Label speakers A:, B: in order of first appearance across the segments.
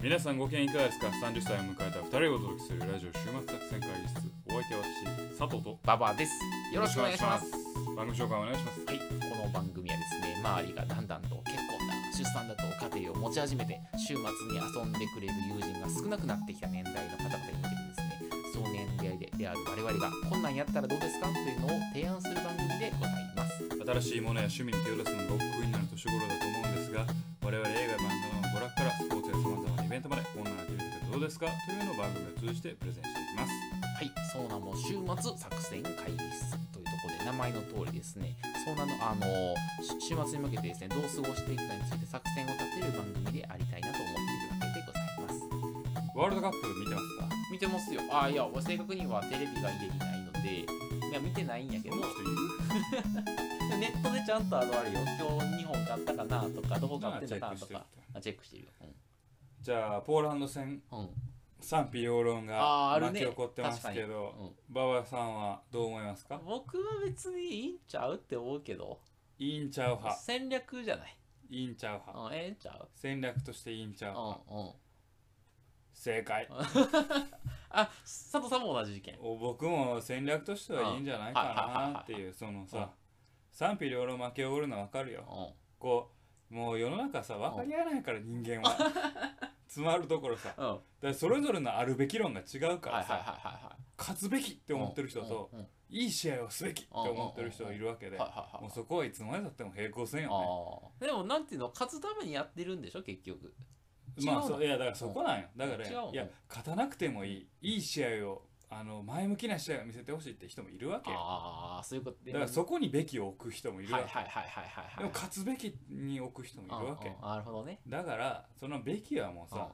A: 皆さんご機嫌いかがですか ?30 歳を迎えた2人をお届けするラジオ週末作戦会議室お相手は私佐藤と
B: ババアです。よろしくお願いします。
A: 番組紹介お願いします
B: はい、この番組はですね、周りがだんだんと結婚だ、出産だと家庭を持ち始めて、週末に遊んでくれる友人が少なくなってきた年代の方々に向けてですね、その年代である我々がこんなんやったらどうですかというのを提案する番組でございます。
A: 新しいものや趣味に手を出すのが億劫になる年頃だと思うんですが我々映画や漫画の娯楽からスポーツやさまざまなイベントまでこんなアクティビティどうですかというのを番組を通じてプレゼンしていきます
B: はい、その名も週末作戦会議室というところで名前の通りですね、その名の、あのし週末に向けてですね、どう過ごしていくかについて作戦を立てる番組でありたいなと思っているわけでございます。
A: ワールドカップ見てますか
B: 見てますよあいや正確にはテレビが家にないのでいや見てないんやけど
A: この人いる
B: ネットでちゃんとあのあるよ今日2本買ったかなとかどこ買ってたか
A: チェック
B: な
A: し
B: と
A: てる
B: かあチェックしてるよ、
A: じゃあポーランド戦
B: うんうん、
A: 賛否両論
B: あー
A: が
B: ある
A: 巻き
B: ね
A: 起こってますけど、馬場さんはどう思いますか
B: 僕は別にいいんちゃうって思うけど
A: いいんちゃう派
B: 戦略じゃない、
A: いいんちゃう派
B: うん、ええんちゃう
A: 戦略としていいんちゃう
B: うん
A: 派
B: うん
A: 正解
B: あ佐藤さんも同じ意見
A: お僕も戦略としてはいいんじゃないかなっていうその
B: うん
A: さ賛否両論負けおごるの分かるよ
B: う
A: こうもう世の中さ分かり合えないから人間 は詰まるところさだか
B: んうん
A: らそれぞれのあるべき論が違うから
B: はいはいはいはい
A: さ
B: はい
A: 勝つべきって思ってる人と
B: うんうん
A: いい試合をすべきって思ってる人がいるわけ
B: うん
A: で
B: はいはい
A: も
B: は
A: う
B: い
A: そこはいつまでたっても平行線よね
B: あーでもなんていうの勝つためにやってるんでしょ結局違
A: ま
B: う
A: あ
B: の
A: そういやだからそこなんよだから
B: 違うの
A: いや勝たなくてもいいいい試合をあの前向きな試合を見せてほしいって人もいるわけよ
B: ああそういうこと
A: だからそこにべきを置く人もいるわ
B: はい
A: け
B: はいはいはいはいはい
A: でも勝つべきに置く人もいるわ
B: う
A: け
B: んうんなるほどね
A: だからそのべきはもう
B: うん
A: さ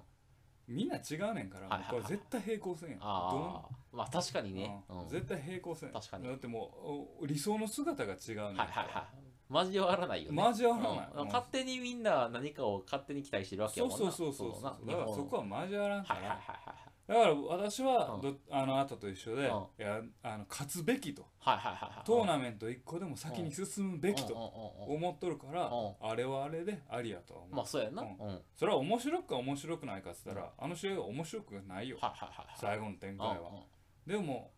A: みんな違うねんから
B: はい
A: も
B: はいう
A: これ絶対平行線やん
B: ああまあ確かに
A: どん
B: ね、
A: う
B: うんん
A: 絶対平行線
B: 確かに
A: だってもうお理想の姿が違うねん
B: はいはいはい交わらないよね
A: 交わら
B: うん
A: ない
B: 勝手にみんな何かを勝手に期待してるわけや
A: そう
B: もんな
A: そうそうそう
B: な
A: だからそこは交わらんか
B: はいはいはい
A: らだから私は
B: うん
A: どあのあとと一緒で
B: う
A: いやあの勝つべきと
B: はいはいはいはいはい
A: トーナメント一個でも先に進むべき
B: うん
A: と
B: うんうんうん
A: 思っとるから
B: う
A: あれはあれでありやとは思う
B: まあそうやな、
A: う
B: うんん、はい
A: それは面白くか面白くないかっつったら、あの試合は面白くないよ、
B: はいはいはい
A: 最後の展開
B: うん
A: は、でも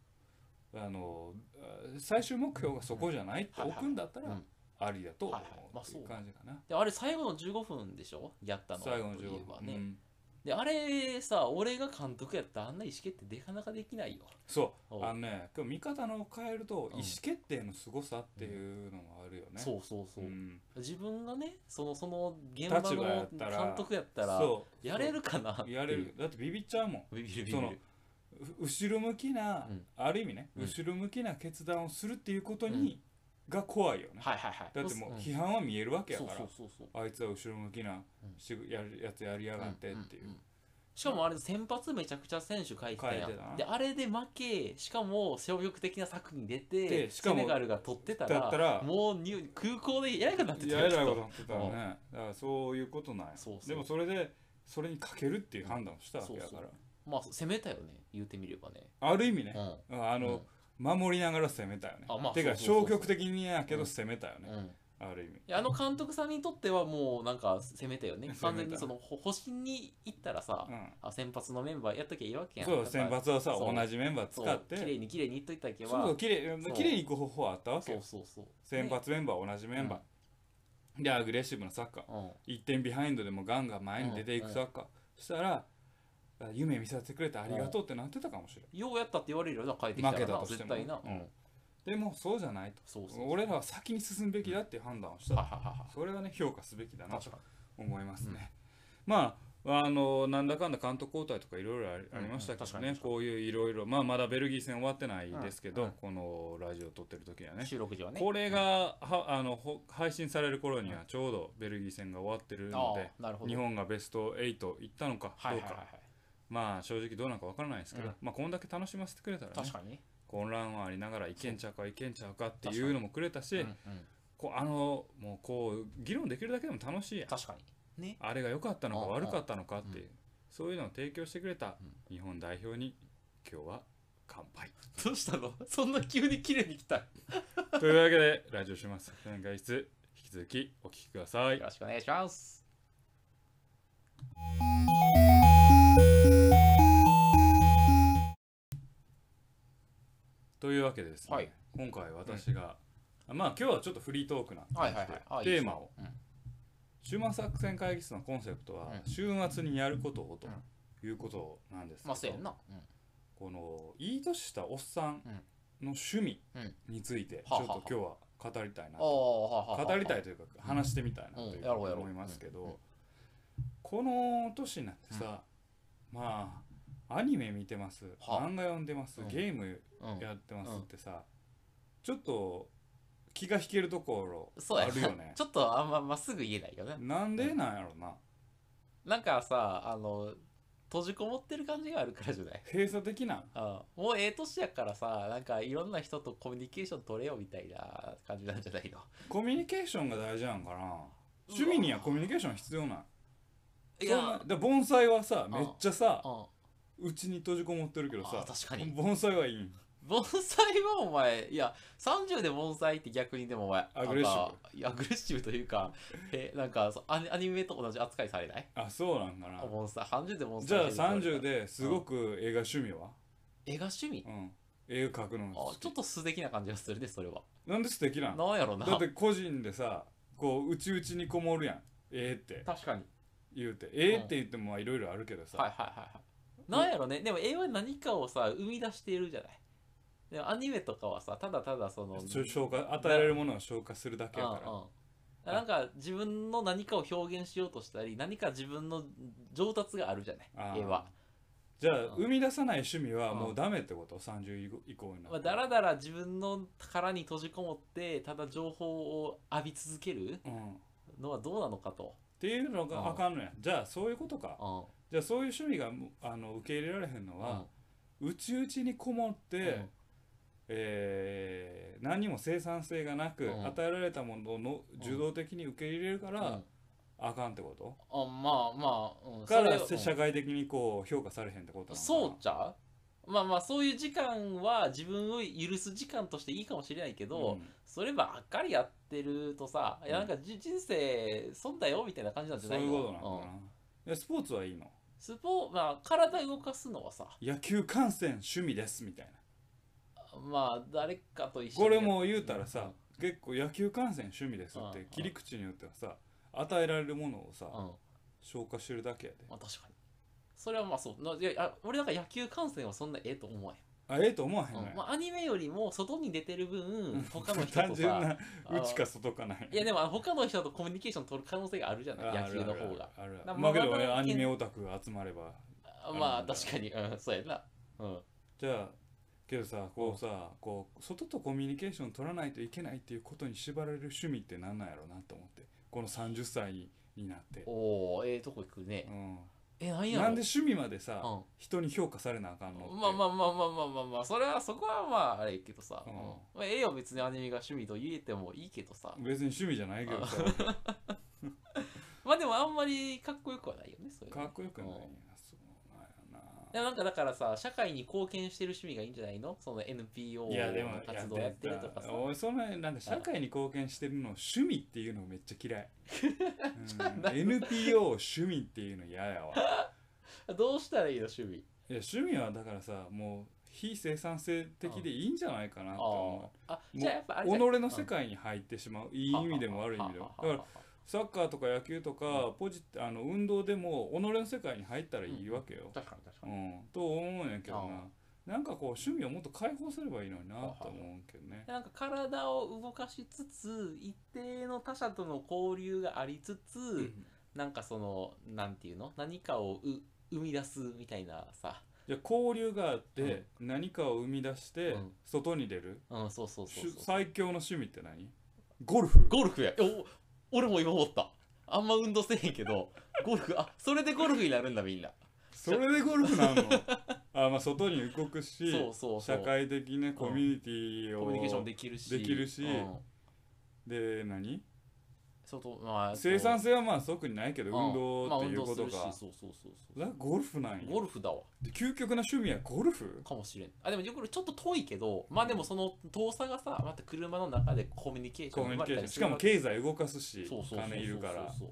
A: あのあ最終目標がそこじゃないって
B: うん
A: 置くんだった
B: うんう
A: ら
B: ん
A: ありだと思う
B: はいはいまあ
A: っていう
B: そう
A: 感じかな、
B: であれ最後の15分でしょやったの
A: 最後の
B: といえ
A: 15
B: ば
A: 分、
B: ね、
A: うん
B: であれさ俺が監督やったらあんな意思決定でかなかできないよ
A: そう
B: おう
A: あのね今日見方の変えると意
B: うん
A: 思決定の凄さっていうのもあるよね、
B: そうそうそう、
A: ん
B: 自分がねそのその現場
A: 立場や
B: の
A: ったら
B: 監督やったら
A: そう
B: やれるかなっ
A: そう
B: ていう
A: やれるだってビビっちゃうもん
B: ビビるビ
A: そ
B: ビ
A: の
B: る
A: う後ろ向きな、
B: うん
A: ある意味ね、
B: うん
A: 後ろ向きな決断をするっていうことに、が怖いよね、
B: はいはいはい
A: だってもう
B: そ
A: 批判は見えるわけや
B: そ
A: か
B: う
A: ら、
B: そうそうそう
A: あいつは後ろ向きな
B: うん
A: しやるやつやりやがってっていう、
B: んんんしかもあれ先発めちゃくちゃ選手書いてたや
A: 書いてたなん
B: であれで負けしかも消極的な策に出
A: で
B: て
A: しかも
B: セネガルが取ってた
A: だ
B: ら
A: ったら
B: もうニュー空港でややかになってた
A: や
B: よ
A: えらいこと
B: き
A: に
B: っ
A: なってたらねだからそういうことなんや
B: そうそう
A: でもそれでそれにかけるっていう判断をしたわけやから
B: そうそうとまあ攻めたよね言うてみればね
A: ある意味ね
B: う、ん
A: あの、守りながら攻めたよね
B: あまあ
A: てか
B: そうそうそう
A: 消極的にやけ
B: う
A: ど
B: ん
A: 攻めたよね、
B: うん
A: ある意味
B: いやあの監督さんにとってはもうなんか攻めたよ ね完全にそのほ星に行ったらさ、
A: うん
B: あ先発のメンバーやっときゃいいわけやん
A: そう
B: だから
A: 選抜はさ
B: そう
A: 同じメンバー
B: そ
A: 使
B: う
A: って
B: 綺麗に綺麗にいっといたけ
A: そう
B: ば
A: そう綺麗
B: そう
A: 綺麗に行く方法はあったわけ
B: そう
A: よ
B: そうそう
A: 先発メンバーは同じメンバー、でアグレッシブなサッカー
B: うん
A: 1点ビハインドでもガンガン前に出ていくサッカー、したらあ夢見させてくれてありがとうってなってたかもしれ
B: ようやったって言われるよな帰ってきたらな
A: 負けたとして
B: 絶
A: も
B: 対な、
A: うんんでもそうじゃないと
B: そうそうそう
A: 俺らは先に進むべきだっていう判断をした、
B: はいはいは
A: それはね評価すべきだ
B: いは
A: ないと
B: 確か
A: 思いますね、まああのなんだかんだ監督交代とかいろいろあり
B: うん
A: ありましたけどね、
B: うん確かに確か
A: こういういろいろまあまだベルギー戦終わってないですけど、
B: うんうん
A: このラジオ撮ってる時は
B: に
A: ね
B: 収録時はね
A: これがはあのほ配信される頃にはちょうどベルギー戦が終わってるの
B: あ
A: で、
B: あなるほど
A: 日本がベスト8行ったのか
B: はい
A: どう
B: はいはい
A: か
B: はい
A: まあ正直どうなんかわからないですけど、
B: うん
A: まあこんだけ楽しませてくれたら、ね
B: 確、かにね
A: 混乱はありながらいけんちゃうかいけんちゃうかっていうのもくれたし、
B: うんうん
A: こうあのもうこう議論できるだけでも楽しいやん
B: 確かにね
A: あれが良かったのか
B: うん
A: 悪かったのかっていう、
B: う
A: そういうのを提供してくれた日本代表に今日は乾杯
B: どうしたのそんな急に綺麗に来たよ
A: というわけでラジオします作戦会室引き続きお聞きください
B: ろしくお願いします
A: というわけでですね、
B: はい
A: 今回私が、あまあ今日はちょっとフリートークな
B: は
A: 感
B: い
A: じ
B: はい
A: で
B: はいあいいで
A: テ
B: す
A: ー
B: ね
A: マを
B: うん
A: 週末作戦会議室のコンセプトは、
B: うん
A: 週末にやることをと
B: うん
A: いうことなんですけど、
B: まあそうやんな、うん、
A: このいい年したおっさんの趣味
B: うん
A: についてち
B: はあ
A: ょ
B: は
A: っ
B: あ
A: と今日は語りたいな
B: あ
A: と
B: あはあはあはあ
A: 語りたいというか話してみたいなと
B: うん
A: いう
B: やろうやろう
A: 思いますけ
B: うんうん
A: どこの年になってさまあアニメ見てます
B: はあ
A: 漫画読んでます
B: うん
A: ゲーム
B: うん
A: やってますってさちょっと気が引けるとこ
B: そ
A: ろ
B: うや
A: あ
B: な。
A: るよね
B: ちょっとあんままっすぐ言えないよね
A: なんでなんやろな
B: なんかさあの閉じこもってる感じがあるからじゃない
A: 閉鎖的な
B: あもうええ年やからさなんかいろんな人とコミュニケーション取れよみたいな感じなんじゃないの
A: コミュニケーションが大事なんかな趣味にはコミュニケーション必要ない
B: い
A: そんな
B: や
A: だ盆栽はさ
B: ん
A: めっちゃさ
B: うん
A: うちに閉じこもってるけどさ
B: あ確かに
A: 盆栽はいいん
B: 盆栽はお前いや30で盆栽って逆にでもお前
A: アグレッシブ
B: なんかいやアグレッシブというかえなんかそうアニアニメと同じ扱いされない
A: あそうなんかな
B: 盆栽30で盆栽
A: じゃあ
B: って言われたら
A: 30ですごく映画趣味は
B: 絵が趣味
A: うん映画描くの
B: あ
A: 好
B: ちょっ
A: き
B: と素敵な感じがするねそれは
A: なんで素敵なんだ
B: なんやろな
A: って個人でさこううちうちにこもるやんええって
B: 確かに
A: 言うてええって言ってもまあいろいろあるけど
B: はい
A: さ
B: はいはいはい。なんやろね、でも絵は何かをさ、生み出しているじゃない。でもアニメとかはさ、ただただその、
A: ちょ消化与えられるものを消化するだけやから
B: うんうんなんか自分の何かを表現しようとしたり、何か自分の上達があるじゃ
A: あ
B: な
A: ー
B: い、絵は。
A: じゃあ
B: うん
A: 生み出さない趣味は
B: うん
A: もうダメってこと30以降にな
B: まあ、
A: って
B: だらだら自分の殻に閉じこもって、ただ情報を浴び続ける
A: うんっ
B: のはどうなのかと。
A: ていうのがあかんのやじゃあそういうことか
B: うん
A: じゃあそういう趣味がもうあの受け入れられへんのは、うちうちにこもって、
B: うん
A: えー何にも生産性がなく、
B: うん
A: 与えられたものの
B: ん
A: 受動的に受け入れるから、
B: うん
A: あかんってこと
B: あまあまあ、うん、
A: から
B: それ
A: 社会的にこう評価されへんってことなのかな
B: そうちゃうまあまあそういう時間は自分を許す時間としていいかもしれないけど、
A: うん
B: そればっかりやってるとさ、いや
A: う
B: なんんかじ人生損だよみたいな感じなんじゃ
A: そ
B: な
A: うい
B: いの
A: うことなんかな、
B: うん
A: でスポーツはいいの
B: スポーまあ体動かすのはさ
A: 野球観戦趣味ですみたいな
B: まあ誰かと一緒
A: こ
B: に
A: れ
B: や
A: も言うたらさ、結構野球観戦趣味ですっ
B: う
A: て
B: ん
A: 切り口によってはさ与えられるものをさ、
B: うん、ま
A: 消化してるだけやで
B: あ、確かにそれはまあそうないやあ俺なんか野球観戦はそんなええと思わ
A: あええと思わへん
B: へん、
A: の
B: うん
A: や、
B: まあ、アニメよりも外に出てる分他の 人
A: 単
B: と
A: 純
B: さ
A: なうちか外かない
B: いやでも他の人とコミュニケーション取る可能性があるじゃない野球の方が
A: あるある
B: だから
A: まあけど
B: まあ
A: 俺
B: まあ
A: アニメオタクが集まれば
B: あま
A: あ
B: あ
A: の
B: 確かに、うん、そうやな。うん。
A: じゃあけどさこうさこう外とコミュニケーション取らないといけないっていうことに縛られる趣味って何なんやろうなと思ってこの30歳になって、
B: おお、ええとこ行くね
A: う。ん、
B: え、なんやろ
A: なんで趣味までさ、
B: うん
A: 人に評価されなあかんのって
B: まあまあまあまあまあまあまあ、それはそこはまああれやけどさ。
A: う
B: うんん。まあ、ええよ、別にアニメが趣味と言えてもいいけどさ。
A: 別に趣味じゃないけどさ
B: まあでもあんまりかっこよくはないよね、それ
A: かっこよくないんや
B: うん
A: そうなんやな
B: でもなんかだからさ、社会に貢献してる趣味がいいんじゃないのその NPO
A: いやでも
B: の活動やってるとかさ。
A: 俺そのなんか社会に貢献してるの趣味っていうのめっちゃ 嫌い、うん、NPO 趣味っていうの嫌やわ
B: どうしたらいいの、趣味。
A: いや趣味はだからさもう非生産性的でいいんじゃないかな
B: あ
A: と思う
B: あ。あ、じゃあやっぱあ
A: 己
B: れじゃない
A: の世界に入ってしまういい意味でも悪い意味でもだからサッカーとか野球とかポジあの運動でも己の世界に入ったらいいわけよ、
B: 確かに確か
A: う
B: に。
A: ん、と思うんやけど
B: あ
A: ななんかこう趣味をもっと解放すればいいのになと思うけどね
B: なんか体を動かしつつ一定の他者との交流がありつつ、
A: うん
B: なんかそのなんていうの何かをう生み出すみたいなさ、
A: じゃあ交流があって何かを生み出して
B: うん
A: 外に出る
B: うん、そうそうそう
A: しゅ
B: そう
A: 最強の趣味って何ゴルフ
B: ゴルフやお俺も今思ったあんま運動せえへんけ どゴルフあそれでゴルフになるんだみんな
A: それでゴルフな のあまあ外に動くし
B: そうそうそう
A: 社会的ねコミュニティを
B: コミュニケーションできるし
A: できるし
B: うん、
A: で何
B: 外まあ
A: 生産性はまあ特にないけど
B: そう
A: 運動っていうこ
B: う
A: と
B: んまあ、
A: か
B: 運動するしそうそうそう
A: そ
B: そ
A: れはゴルフなん
B: う
A: や
B: ゴルフだわ
A: で究極な趣味はゴルフ
B: かもしれんあでもよくちょっと遠いけどまあでもその遠さがさまた車の中でコミュニケーション
A: コ
B: が
A: ミュ
B: 生
A: ニケ
B: まれ
A: ーション
B: たり
A: し
B: す
A: か
B: る
A: も
B: わけ
A: 経済動かすし
B: そうそうそうそう
A: 金いるから
B: そう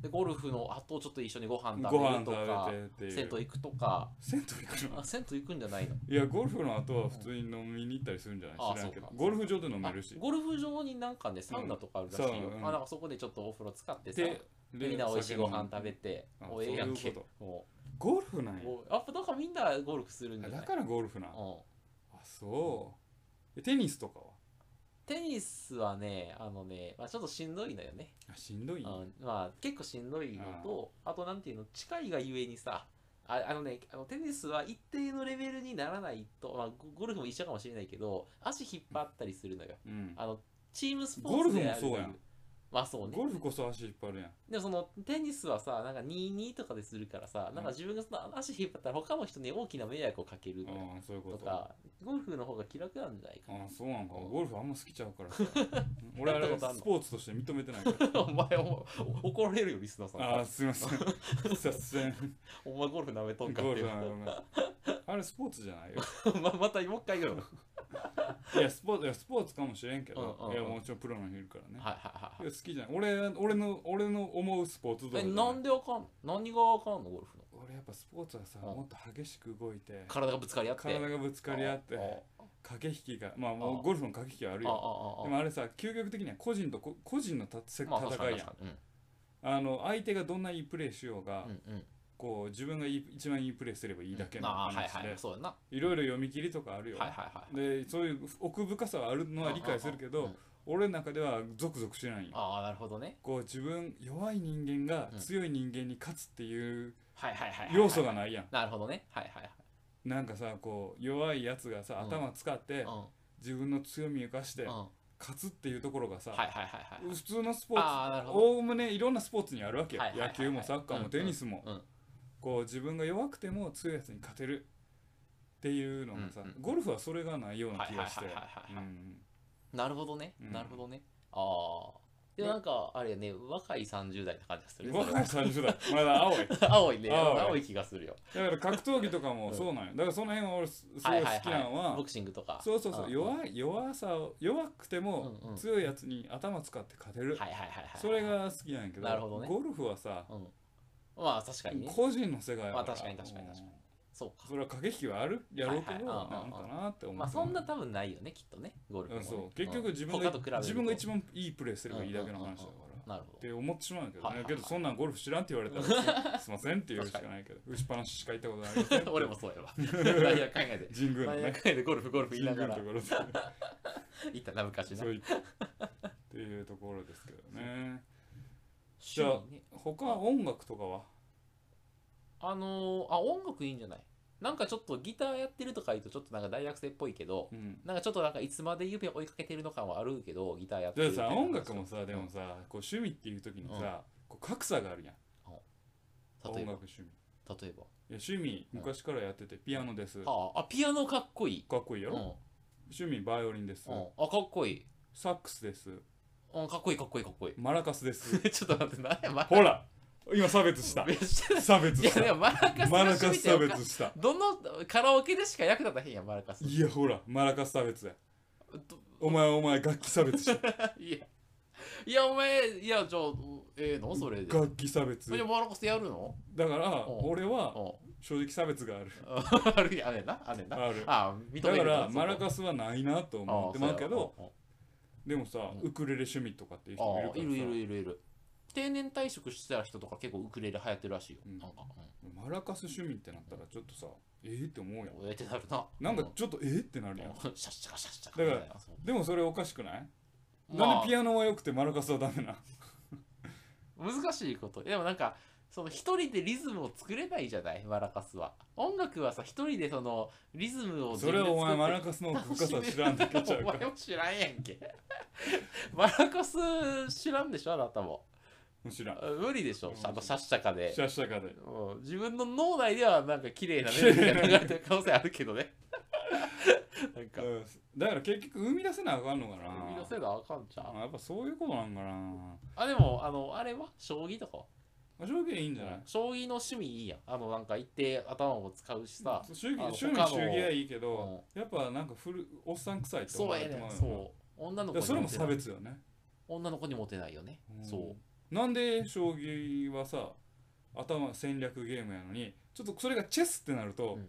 B: でゴルフの後ちょっと一緒にご飯
A: ご
B: 食べ
A: 飯
B: るとか
A: 食べてっていう
B: 銭湯行くとか
A: 銭湯行くの
B: あ銭湯行くんじゃないの
A: いやゴルフの後は普通に飲みに行ったりするんじゃない
B: あ
A: 知らんけど
B: そうか
A: ゴルフ場で飲めるし
B: あゴルフ場になんかねサウナとかあるらしい
A: う
B: よ、
A: んそううん
B: あなんかそこでちょっとお風呂使ってさ
A: で
B: みんな美味しいご飯食べて
A: 酒飲むあ
B: おええやん
A: そうい
B: け
A: うこ
B: も
A: ゴルフなん
B: う
A: や
B: もうやっぱだからみんなゴルフするんじ
A: あ
B: ゃな
A: だ
B: い
A: からゴルフなんあ
B: うん、
A: そうえテニスとかは
B: テニスはねあのね、まあ、ちょっとしんどいのよね、
A: あしんどい
B: うんまあ、結構しんどいのとあとなんていうの近いがゆえにさああのねあのテニスは一定のレベルにならないと、まあ、ゴゴルフも一緒かもしれないけど足引っ張ったりするのよ
A: うん
B: あのチームスポーツであるとい
A: ゴルフもそうやん
B: まあそうね
A: ゴルフこそ足引っ張るやん
B: でもそのテニスはさなんか2-2とかでするからさ、
A: ん
B: なんか自分がその足引っ張ったら他の人に大きな迷惑をかけるのよ
A: ああそういうこと
B: かゴルフの方が気楽なんじゃないか
A: ああそうなんかゴルフあんま好きちゃうからさ 俺あ
B: や
A: れ
B: ったことあんの
A: スポーツとして認めてない から
B: なお前お前お怒られるよリスナーさん
A: ああすいませんさせん
B: お前ゴルフ舐めとんかっ
A: ゴ
B: て
A: ル
B: い
A: フ
B: う
A: なのなあれスポーツじゃないよ
B: ままたもう一回言うの
A: いやスポーツいやスポーツかもしれんけど、
B: うんうんうん
A: いやもちろんプロの人いるからね、
B: はいは
A: いや
B: いはいはい
A: 好きじゃない俺俺の俺の思うスポーツとか
B: え
A: じゃい
B: なんであかん何があかんのゴルフの
A: 俺やっぱスポーツはさ、
B: うん
A: もっと激しく動いて
B: 体がぶつかり合って
A: 体がぶつかり合って
B: あ
A: 駆け引きがまあも
B: あ
A: うゴルフの駆け引きはある
B: ああ
A: よ
B: ああ
A: でもあれさ究極的には個人とこ個人のたせ
B: まあ確
A: 戦
B: か
A: い
B: に
A: やん
B: 確かに
A: あの相手がどんないいプレーしようが、
B: うんうん
A: こう自分がいい一番いいプレーすればいいだけ
B: うん
A: の
B: ああ
A: 話で、
B: はいはいそうやなはい
A: ろいろ読み切りとかある
B: い
A: よ、
B: はいはい
A: でそういう奥深さはあるのは理解するけど、
B: うんうんうん
A: 俺の中ではゾクゾクしてないんよ
B: ああなるほどね
A: こう自分弱い人間が
B: うん
A: 強い人間に勝つっていう
B: はいはいはいはい
A: 要素がないやん、
B: なるほどねはいはいはい
A: なんかさこう弱いやつがさ
B: うん
A: 頭使って
B: うん
A: 自分の強みを生かして
B: うん
A: 勝つっていうところがさ、
B: はいはいはいはい
A: 普通のスポーツ
B: ああなるほど
A: おおむねいろんなスポーツにあるわけよ、
B: はいはいはいはい
A: 野球もサッカー
B: うんう
A: も
B: ん
A: テニスも、
B: うん
A: こう自分が弱くても強いやつに勝てるっていうのがさ、
B: うんうん
A: ゴルフはそれがないような気がして
B: はいはいはいはいはい
A: うん
B: なるほどね、
A: うん
B: なるほどねああで
A: ね
B: なんかあれやね若い30代って感じがするね
A: 若い30代まだ青い
B: それ青いね
A: 青い
B: 青い気がするよ
A: だから格闘技とかもそうなんよだからその辺は俺すすごい好きなのは,、
B: ボクシングとか
A: そうそうそう、
B: ん
A: 弱い弱さを弱くても
B: うんうん
A: 強いやつに頭使って勝てる、
B: はいはいはいはい
A: それが好きなんやけど
B: なるほどね
A: ゴルフはさ、
B: うんまあ確かにね
A: 個人の世界や
B: まあ確かに確かに確かにそうか
A: それは駆け引きはあるやろうけど、
B: はいはいうんうんうん
A: なんかなって思って
B: まあそんな多分ないよねきっとねゴル
A: う
B: フも
A: ん
B: ね
A: そう結局自分
B: 他
A: が
B: と比べると
A: 自分が一番いいプレーすればいいだけの話だから、
B: なる
A: っ
B: ほど
A: て思ってしまうんやけど
B: はい
A: ね
B: はいはい
A: けどそんなんゴルフ知らんって言われた らすいませんって言うしかないけど打ちっぱなししか行ったことないですね
B: 俺もそうや わ何や考えで
A: 神宮の
B: 何や
A: ね
B: 考えでゴルフゴルフ言い
A: 神
B: な
A: 宮
B: が
A: の
B: ら
A: と ころで
B: 行ったな昔な
A: そういったっていうところですけどね
B: 趣味ね
A: 他音楽とかは
B: あのーあ音楽いいんじゃないなんかちょっとギターやってるとか言うとちょっとなんか大学生っぽいけど
A: うん
B: なんかちょっとなんかいつまで指を追いかけてるの感はあるけどギターやって
A: で
B: る
A: もさ
B: みたいな
A: 音楽もさでもさこう趣味っていう時にさこう格差があるやん音
B: 例
A: 楽
B: えば
A: 趣味い
B: 例えば
A: や趣味昔からやっててピアノですかっ
B: はああピアノかっこいい
A: こいいや
B: うんうん
A: ろ趣味バイオリンです
B: あかっこいい
A: サックスです
B: うんかっこいいかっこいいかっこいい
A: マラカス です
B: ちょっと待って何やマラ
A: ほら今差別した
B: めっち
A: 差別
B: ゃいや
A: し
B: で
A: た
B: もマラカス
A: マラ
B: の
A: カ
B: 趣味
A: ス
B: って
A: 差
B: おか
A: 別した
B: どのカラオケでしか役立たへんやんマラカス
A: いやほらマラカス差別や
B: ど
A: お前お前楽器差別した
B: いやいやお前いやじゃあええのそれで
A: 楽器差別
B: それでマラカスやるの
A: だから
B: うん
A: 俺は
B: うん
A: 正直差別がある
B: あるやねんな、あれな。
A: ある
B: あ、認め
A: だ
B: る
A: からマラ
B: ス
A: カスはないなと思ってまうけど、でもさ
B: うん
A: ウクレレ趣味とかっていう
B: あ
A: 人
B: あい
A: いる
B: るい
A: から
B: る
A: さ
B: いるいる。定年退職してた人とか結構ウクレレ流行ってるらしいよ。
A: うん
B: なんか、
A: マラカス趣味ってなったらちょっとさええって思うやん
B: うん、おえってなるな。
A: なん
B: う
A: かちょっとええってなる
B: う
A: やん
B: んシャッシャカシャッシャカみたいな。
A: だ
B: そう
A: でもそれおかしくないな
B: ま
A: んでピアノは良くてマラカスはダメな
B: あ、難しいこと。でもなんか、その一人でリズムを作れないじゃない、マラカスは。音楽はさ、一人でそのリズムを自
A: それ
B: 分で作
A: は
B: って
A: お前マラカスの
B: 楽
A: 深
B: し
A: さ
B: め
A: 知らんだけちゃう
B: お
A: か
B: 前も知らんやんけ。 マラカス知らんでしょ、あなたも。
A: ら知らん
B: 無理でしょ、あのシャッシャカで。
A: シャッシャカで
B: うん自分の脳内ではなんか綺 麗なメロディーが流れてる可能性あるけどねなんか
A: うんだから結局生み出せなあかんのかな
B: 生み出せなあかんちゃう
A: あやっぱそういうことなんかな
B: あでもあのあれは将棋とかは
A: まあ正直いいんじゃない
B: 将棋の趣味いいやんあのなんか一定頭も使うしさ
A: 主義
B: あの
A: 趣味
B: 他の
A: 主義はいいけど、やっぱなんか古おっさん臭いって思
B: そう
A: われ
B: や
A: て
B: ね
A: まうんよな
B: そう女
A: だ
B: の
A: から
B: 子
A: それ
B: に
A: も
B: モテな
A: 差
B: い
A: 別よね
B: 女の子にモテないよね
A: うん
B: そう
A: なんで将棋はさ頭戦略ゲームやのにちょっとそれがチェスってなると、
B: うん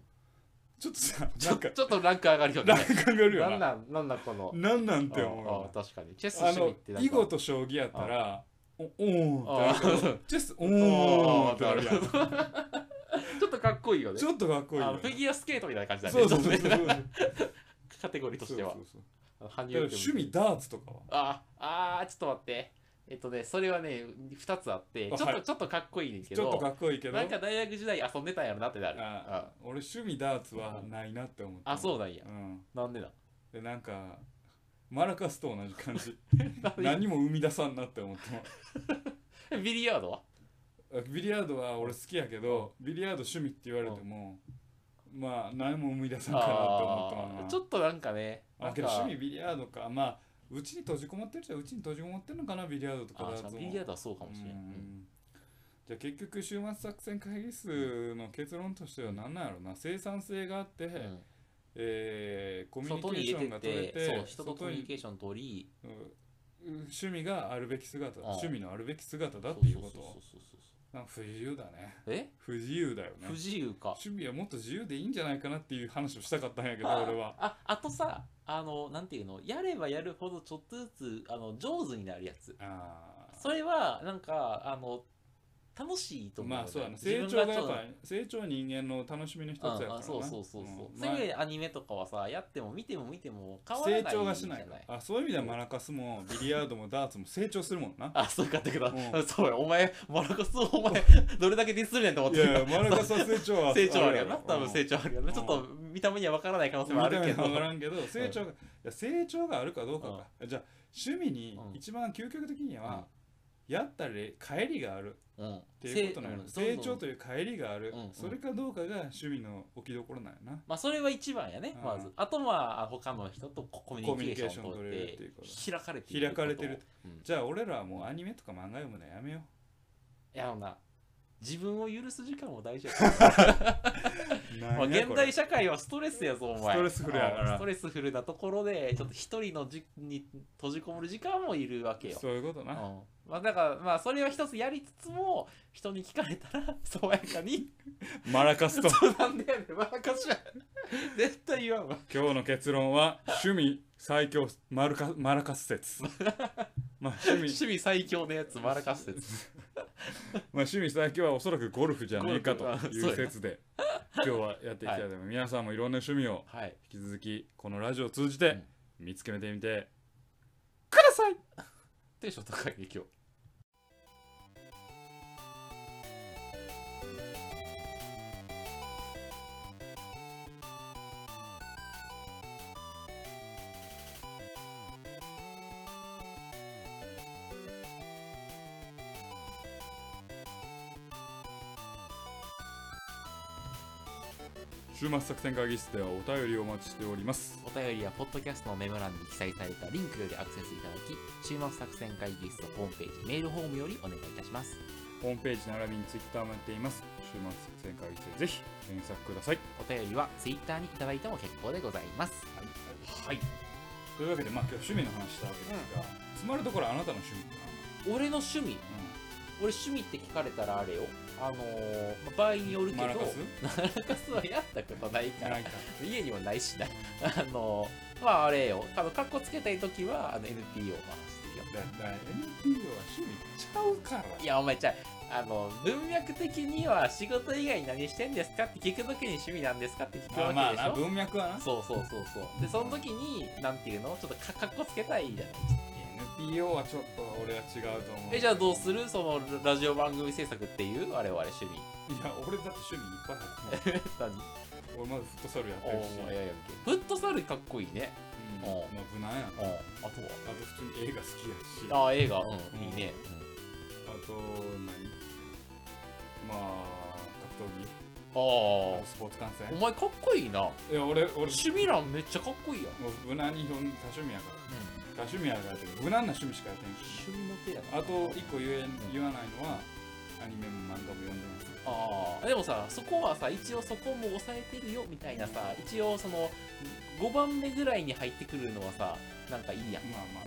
A: ちょっとさ
B: ち
A: な
B: ょ
A: んか
B: ちょっとランク上がるよ
A: ラ
B: ね
A: ンク上がるよな
B: な
A: んな
B: なんなんなんこの
A: んなんって思うよな
B: ああ確かにチェス
A: あ
B: 趣味
A: の
B: ってなんか
A: 囲碁と将棋やったらおおーんってなるけ
B: あ
A: どチェスお
B: あ
A: ーん
B: あ
A: ってなるや ん
B: ちょっとかっこいいよね
A: ちょっとかっこいい
B: あ
A: よ
B: の
A: ね
B: フィギュアスケートみたいな感じだね
A: そうそうそう
B: ちょ
A: そう
B: っとねカテゴリーと
A: そ
B: し
A: う
B: ては
A: そうそうだ
B: 羽生
A: から
B: 君
A: 趣味ダーツとかは
B: ああーちょっと待ってえっとねそれはね2つあってちょ
A: あ
B: っと、
A: はい
B: ちょっとかっこいいねんけ
A: ちょっと
B: ど
A: かっこいいけど
B: なんか大学時代遊んでたんやろなってなる
A: あ俺趣味ダーツはないなって思って
B: あそうなんや
A: うん
B: なんでだ
A: でなんかマラカスと同じ感 じ何も生み出さ んなって思っても
B: ビリヤードは
A: ビリヤードは俺好きやけどビリヤード趣味って言われてもまあ何も生み出さんかなって思った
B: あ
A: わ
B: ー
A: な
B: ちょっとなんかね
A: あけ
B: な
A: ど
B: んか
A: 趣味ビリヤードかまあうちに閉じこもってるじゃうちに閉じこもってるのかなビリヤードとか
B: あ
A: だ
B: じゃ
A: と
B: あビリヤードはそうかもしれん、
A: う
B: うん
A: んじゃあ結局週末作戦会議室の結論としては何なんやろな生産性があって、
B: うん
A: えーコミュニケ
B: 外
A: ー
B: に
A: シ
B: 出
A: ョンが
B: て
A: 取れ
B: て
A: て
B: そう人とコミュニ
A: ー
B: ケーション取り
A: ション趣味があるべき姿
B: ん
A: 趣味のあるべき姿だっていうこ
B: そそ
A: と
B: そうそうそ
A: なんか不自由だね
B: うえ
A: 不自由だよね
B: 不自由か
A: 趣味はもっと自由でいいんじゃないかなっていう話をしたかったんやけど俺は
B: あああとさあのなんていうのやればやるほどちょっとずつあの上手になるやつ
A: あー
B: それはなんかあの楽しいと思うよ、
A: まあそうだね
B: 自
A: 成
B: 分
A: 長が
B: ち
A: や
B: ょ
A: っ
B: と
A: ぱ成長人間の楽しみの一つやから
B: うん
A: な
B: あそうそうそうそう、
A: ん
B: そういう意味
A: ま
B: でアニメとかはさやっても見ても見ても変
A: あ
B: わらない
A: 成長がしない
B: じ
A: か
B: ゃ
A: らあそういう意味ではマラカスもビリヤードもダーツも成長するもんな
B: あそうかってくだ、
A: う
B: そうやお前マラカスをお前どれだけディスるねんと思っ
A: い
B: てる
A: やいやマラカスは成長は
B: 成長あるよな多
A: う
B: 分
A: ん
B: 成長あるよな、
A: うん
B: ちょっと見た目には分からない可能性
A: 見
B: もあ
A: た
B: る
A: 目
B: け
A: は
B: ど
A: 分からんけど成長がいや成長があるかどうかかじゃあ趣味に
B: うん
A: 一番究極的にはやったり帰りがある
B: うん、
A: っていうことなの
B: せうん
A: 成長という帰りがある
B: うんうん
A: それかどうかが趣味の置きどころなんやな
B: まあそれは一番やね、
A: うん
B: まずあとまあ他の人とココミュニケーションを
A: コミ
B: 取
A: ュニケーション取れる
B: っ
A: ってい
B: て
A: うこと
B: 開かれてい
A: 開かれてる
B: こと、うんい
A: じゃあ俺らはもうアニメとか漫画読むのやめよう
B: やあのな自分を許す時間も大事やからま
A: ま
B: あ、現代社会はストレスやぞ、お
A: ス
B: 前。
A: トレスフルやから
B: うんストレスフルなところで、ちょっと一人のじに閉じこもる時間もいるわけよ。
A: そういうこと
B: うん
A: な。
B: まあ、だから、まあ、それは一つやりつつも、人に聞かれた ら、爽やかに、
A: マラカスと
B: そうなんだよね、まあ、かしら。 絶対言わんわ。
A: 今日の結論は趣味最強マルカマラカス 説。まあ趣味
B: 趣味最強のやつ、マラカス説。
A: まあ趣味最強はおそらくゴルフじゃないかと
B: ゴルフあ
A: い
B: そう
A: う
B: や
A: 説で今日はやっていきたいと思います。皆さんもいろんな趣味を
B: はい。
A: 引き続きこのラジオを通じて
B: ん
A: 見つけてみて
B: くださいテンション高いね、今日。
A: 週末作戦会議室ではお便りをお待ちしております。
B: お便りはポッドキャストのメモ欄に記載されたリンクよりアクセスいただき、週末作戦会議室のホームページ、メールフォームよりお願いいたします。
A: ホームページ並びにツイッターもやっています。週末作戦会議室でぜひ検索ください。
B: お便りはツイッターにいただいても結構でございます。はい。
A: というわけでまあ今日趣味の話したわけですが、つまるところあなたの趣味って
B: 俺の趣味、
A: 何？うん
B: 俺趣味って聞かれたらあれよ。あのーまあ場合によるけど、
A: マラカス
B: マラカスはやったことないから、
A: いか
B: 家にもないしな。あのーまああれよ。あの、カッコつけたいときは、あの、NPO を回してるよ。
A: だだ NPO は趣味ちゃうから
B: いや、お前ちゃう、あの、文脈的には仕事以外に何してんですかって聞くときに趣味なんですかって聞くわ
A: あ
B: けでしょ。
A: まあな文脈はな
B: そうそうそうそう。で、その時に、なんていうのちょっとかかっこつけたいじゃない
A: NPO はちょっと俺は違うと思う
B: えじゃあどう
A: る
B: するそのラジオ番組制作っていう我々趣
A: い
B: 味
A: や俺だって趣味いっぱいある
B: 何
A: もん俺まずフットサルやってるし
B: お前ややんけフットサルかっこいいね
A: うん
B: おう
A: まあ無難やな
B: うんあ
A: あ
B: と
A: と普通に映画好きやしあ
B: はあ映画うん
A: うん
B: いいね
A: と何まあ格闘技
B: ああお
A: あとスポーツ観戦
B: 前かっこいいない
A: や俺俺
B: 趣味欄めっちゃかっこいいやん
A: もう無難に多趣味やから多趣
B: 趣
A: 味やからって無難な趣味しかやってんし
B: 味の手や
A: あと一個言えん言わないのはアニメも漫画も読んでます
B: ああでもさそこはさ一応そこも抑えてるよみたいなさ一応その5番目ぐらいに入ってくるのはさなんかいいやん
A: まあま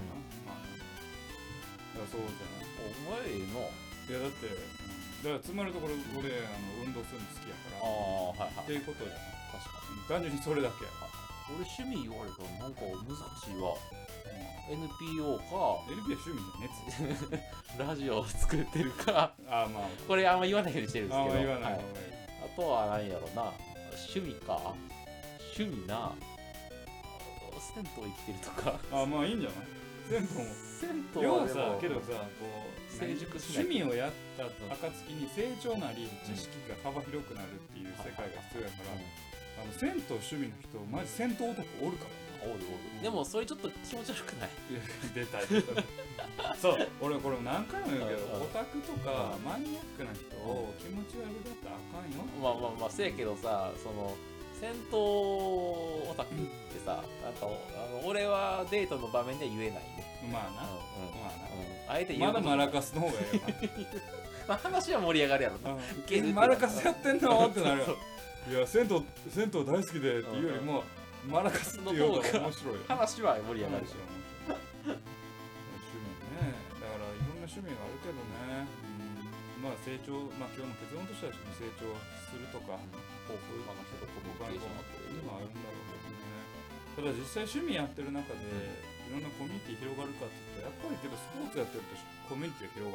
A: あまあまあだからそうじゃ
B: お前
A: な
B: の
A: いいやだってだからつまるところ俺あの運動するの好きや
B: あ
A: からっ
B: あはいは
A: て
B: い
A: いうことや
B: 確か
A: 単純にそれだけや、
B: に俺趣味言われたらなんか難しいわ
A: う
B: NPO か
A: ん、LP は趣味じゃねえっつって
B: ラジオを作ってるか
A: ああまあ
B: こ れあんま言わないようにしてるんです
A: あん
B: けど
A: ま言わない
B: は
A: 方
B: い
A: がいい、
B: あとは何やろな趣味か趣味な銭湯行ってるとか
A: あまあいいんじゃない銭湯も
B: 銭湯
A: 要
B: は
A: は
B: で
A: さ
B: も
A: けどさこう
B: 成熟しないと
A: 趣味をやった暁に成長なり知識が幅広くなるっていう世界が必要やから、あの銭湯趣味の人マジ銭湯男おるから
B: おるおるでもそれちょっと気持ち悪くない
A: いや出た出たそう俺これ何回も言うけど
B: うんうん
A: オタクとかマニアックな人を
B: う
A: 気持ち悪がったらあかんよ
B: まあまあまあせやけどさその戦闘オタクってさなんかおあの俺はデートの場面では言えないね
A: ま
B: う
A: あ
B: んうん
A: まあな
B: うんあえて言
A: なま
B: う
A: だ
B: こと
A: マラカスの方がえ
B: まあ話は盛り上がるやろ
A: え
B: な
A: わ
B: けるけ
A: うん
B: ど
A: マラカスやってんのってなる
B: そう
A: いや銭湯銭湯大好きでっていうよりもマラカスっていう方が面白いよ
B: 話は盛り
A: いや
B: 上
A: な
B: が
A: い
B: る
A: で
B: し
A: しょ趣味ねだからいろんな趣味があるけどね、うん、まあ成長まあ今日の結論としては成長するとか
B: 豊富な人とコミュニケーションが取れる
A: 今あるんだろうねただ実際趣味やってる中でいろんなコミュニティ広がるかって言ったらやっぱりけどスポーツやってるとコミュニティが広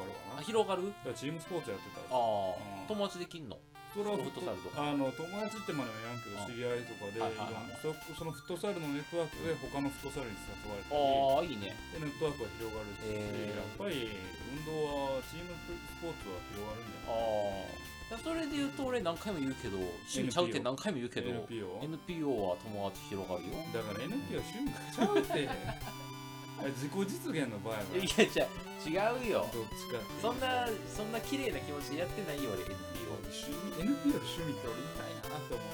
A: がるわ
B: あ
A: なだから
B: 広がる
A: チームスポーツやってたら
B: あ
A: うん
B: あ友達できんの
A: それは
B: フットサルとか
A: あの友達ってまではやらんけど知り合いとかでいろ
B: はい
A: ん
B: はい
A: なそそのフットサルのネットワークで他のフットサルに誘われたり
B: ああいいね
A: でネットワークが広がるし、
B: えー
A: やっぱり運動はチームスポーツは広がるん
B: ああそれで言うと俺何回も言うけど趣味ちゃうって何回も言うけ
A: じゃない
B: ど
A: NPO
B: NPO は友達広がるよ
A: だから NPO 趣味ちゃうって あれ自己実現の場合はいどっ
B: やじゃあ違うよ
A: ちかっていうと
B: そんなそんな綺麗な気持ちでやってないよ俺 NPO
A: 趣味 NPO 趣味って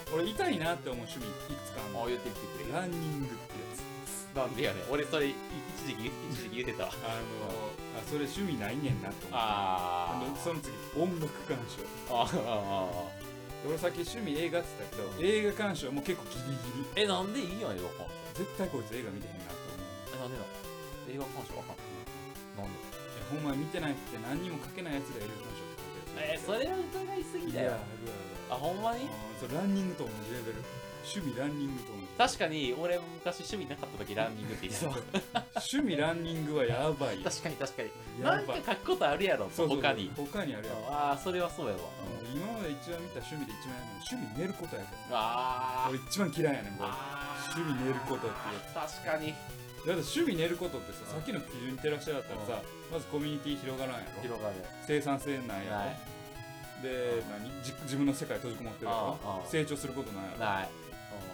A: 俺痛いなって思う俺痛いなって思う趣味いくつかあん
B: あ
A: の
B: あ言ってきてくれ
A: ランニングってやつ
B: なんでやねん 俺それ一時期一時期言ってたわ
A: あのあそれ趣味ないねんなって思う
B: あ
A: あの
B: ー
A: その次音楽鑑賞
B: あーあー
A: で俺さっき趣味映画って言ったけど映画鑑賞も結構ギリギリ
B: えなんでいいやん映画鑑
A: 絶対こいつ映画見てへんなと思う
B: 賞えなんでなん映画鑑賞わかんないなんで
A: いやほんま見てないって何にも書けないやつがいるかもしれない
B: えそれは疑いすぎだよ
A: あ
B: あほんまに
A: それランニングと同じレベル趣味ランニングと同じ
B: 確かに俺昔趣味なかった時ランニングって言ってた
A: 趣味ランニングはやばいよ
B: 確かに確かにな
A: や
B: んか
A: ばい
B: 書くことあるやろ
A: そうそうそう
B: 他に
A: 他にあるやん
B: ああそれはそうやわ
A: 今まで一番見た趣味で一番やるの趣味寝ることやから
B: あー
A: 俺一番嫌いやねんこれだ
B: あー
A: 趣味寝ることっていう
B: 確かに
A: って趣味寝ることってささっきの基準に照らしてだったらさまずコミュニティ広がらんやろ
B: 広がる
A: 生産性ない
B: な
A: やろで何じ自分の世界閉じこもってるや
B: あ
A: ろ
B: あ
A: 成長することないや
B: いない
A: ろ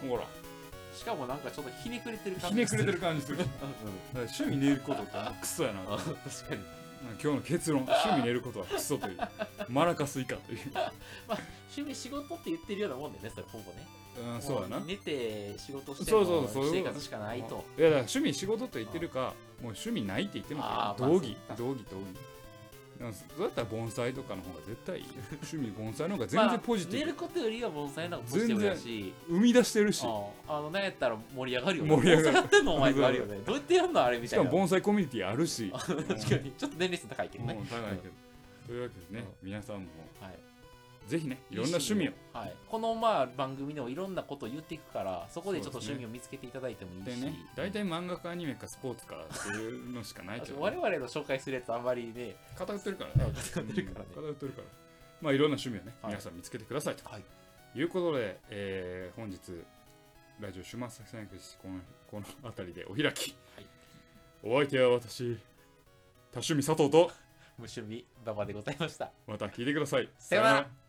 A: ほら
B: うんしかもなんかちょっとひねくれてる感
A: ひ
B: じ
A: ねくれて
B: る
A: る感じす る
B: うん
A: だから趣味寝ることってクソやな
B: うん 確かに
A: 今日の結論趣味寝ることはクソというマラカス以下という、
B: 趣味仕事って言ってるようなもんでねそれほぼね
A: うん、そうやな
B: も寝て仕事して
A: そうそうそう
B: もう
A: いう
B: 生
A: こと
B: 活しかないと
A: いやだから趣味仕事と言ってるかもう趣味ないって言っても
B: あーまあ
A: 同義
B: そっか
A: 同義同義でもそうだったら盆栽とかの方が絶対いいよ趣味盆栽の方が全然ポジティ
B: まあ
A: ブ
B: 寝ることよりは盆栽の方がポジティブだし
A: 生み出してるし
B: うんあのなんやったら盛り上がるよね
A: 盛り上がる
B: 盆栽やってんの お前ってあるよねどうやってやんのあれみ
A: したか
B: い
A: も
B: な
A: 盆栽コミュニティあるし
B: 確かにちょっと年齢層高いけど
A: もう
B: ね
A: もう高いけどというわけでね皆さんも
B: はい
A: ぜひねいろんな趣味を
B: はい、このまあ番組でもいろんなことを言っていくからそこでちょっと趣味を見つけていただいてもいい
A: で
B: し、
A: ね大体漫画かアニメかスポーツかっていうのしかないけど
B: 我
A: ね
B: 々の紹介するやつあんまりね
A: 偏ってるからね
B: 偏ってるからね
A: 偏ってるからまあいろんな趣味をね
B: はい
A: 皆さん見つけてくださいと
B: はい
A: いうことで、えー本日ラジオ終末作戦会このこの辺りでお開き、
B: はい
A: お相手は私多趣味佐藤と
B: 無趣味馬場でございました
A: また聞いてください
B: さよなら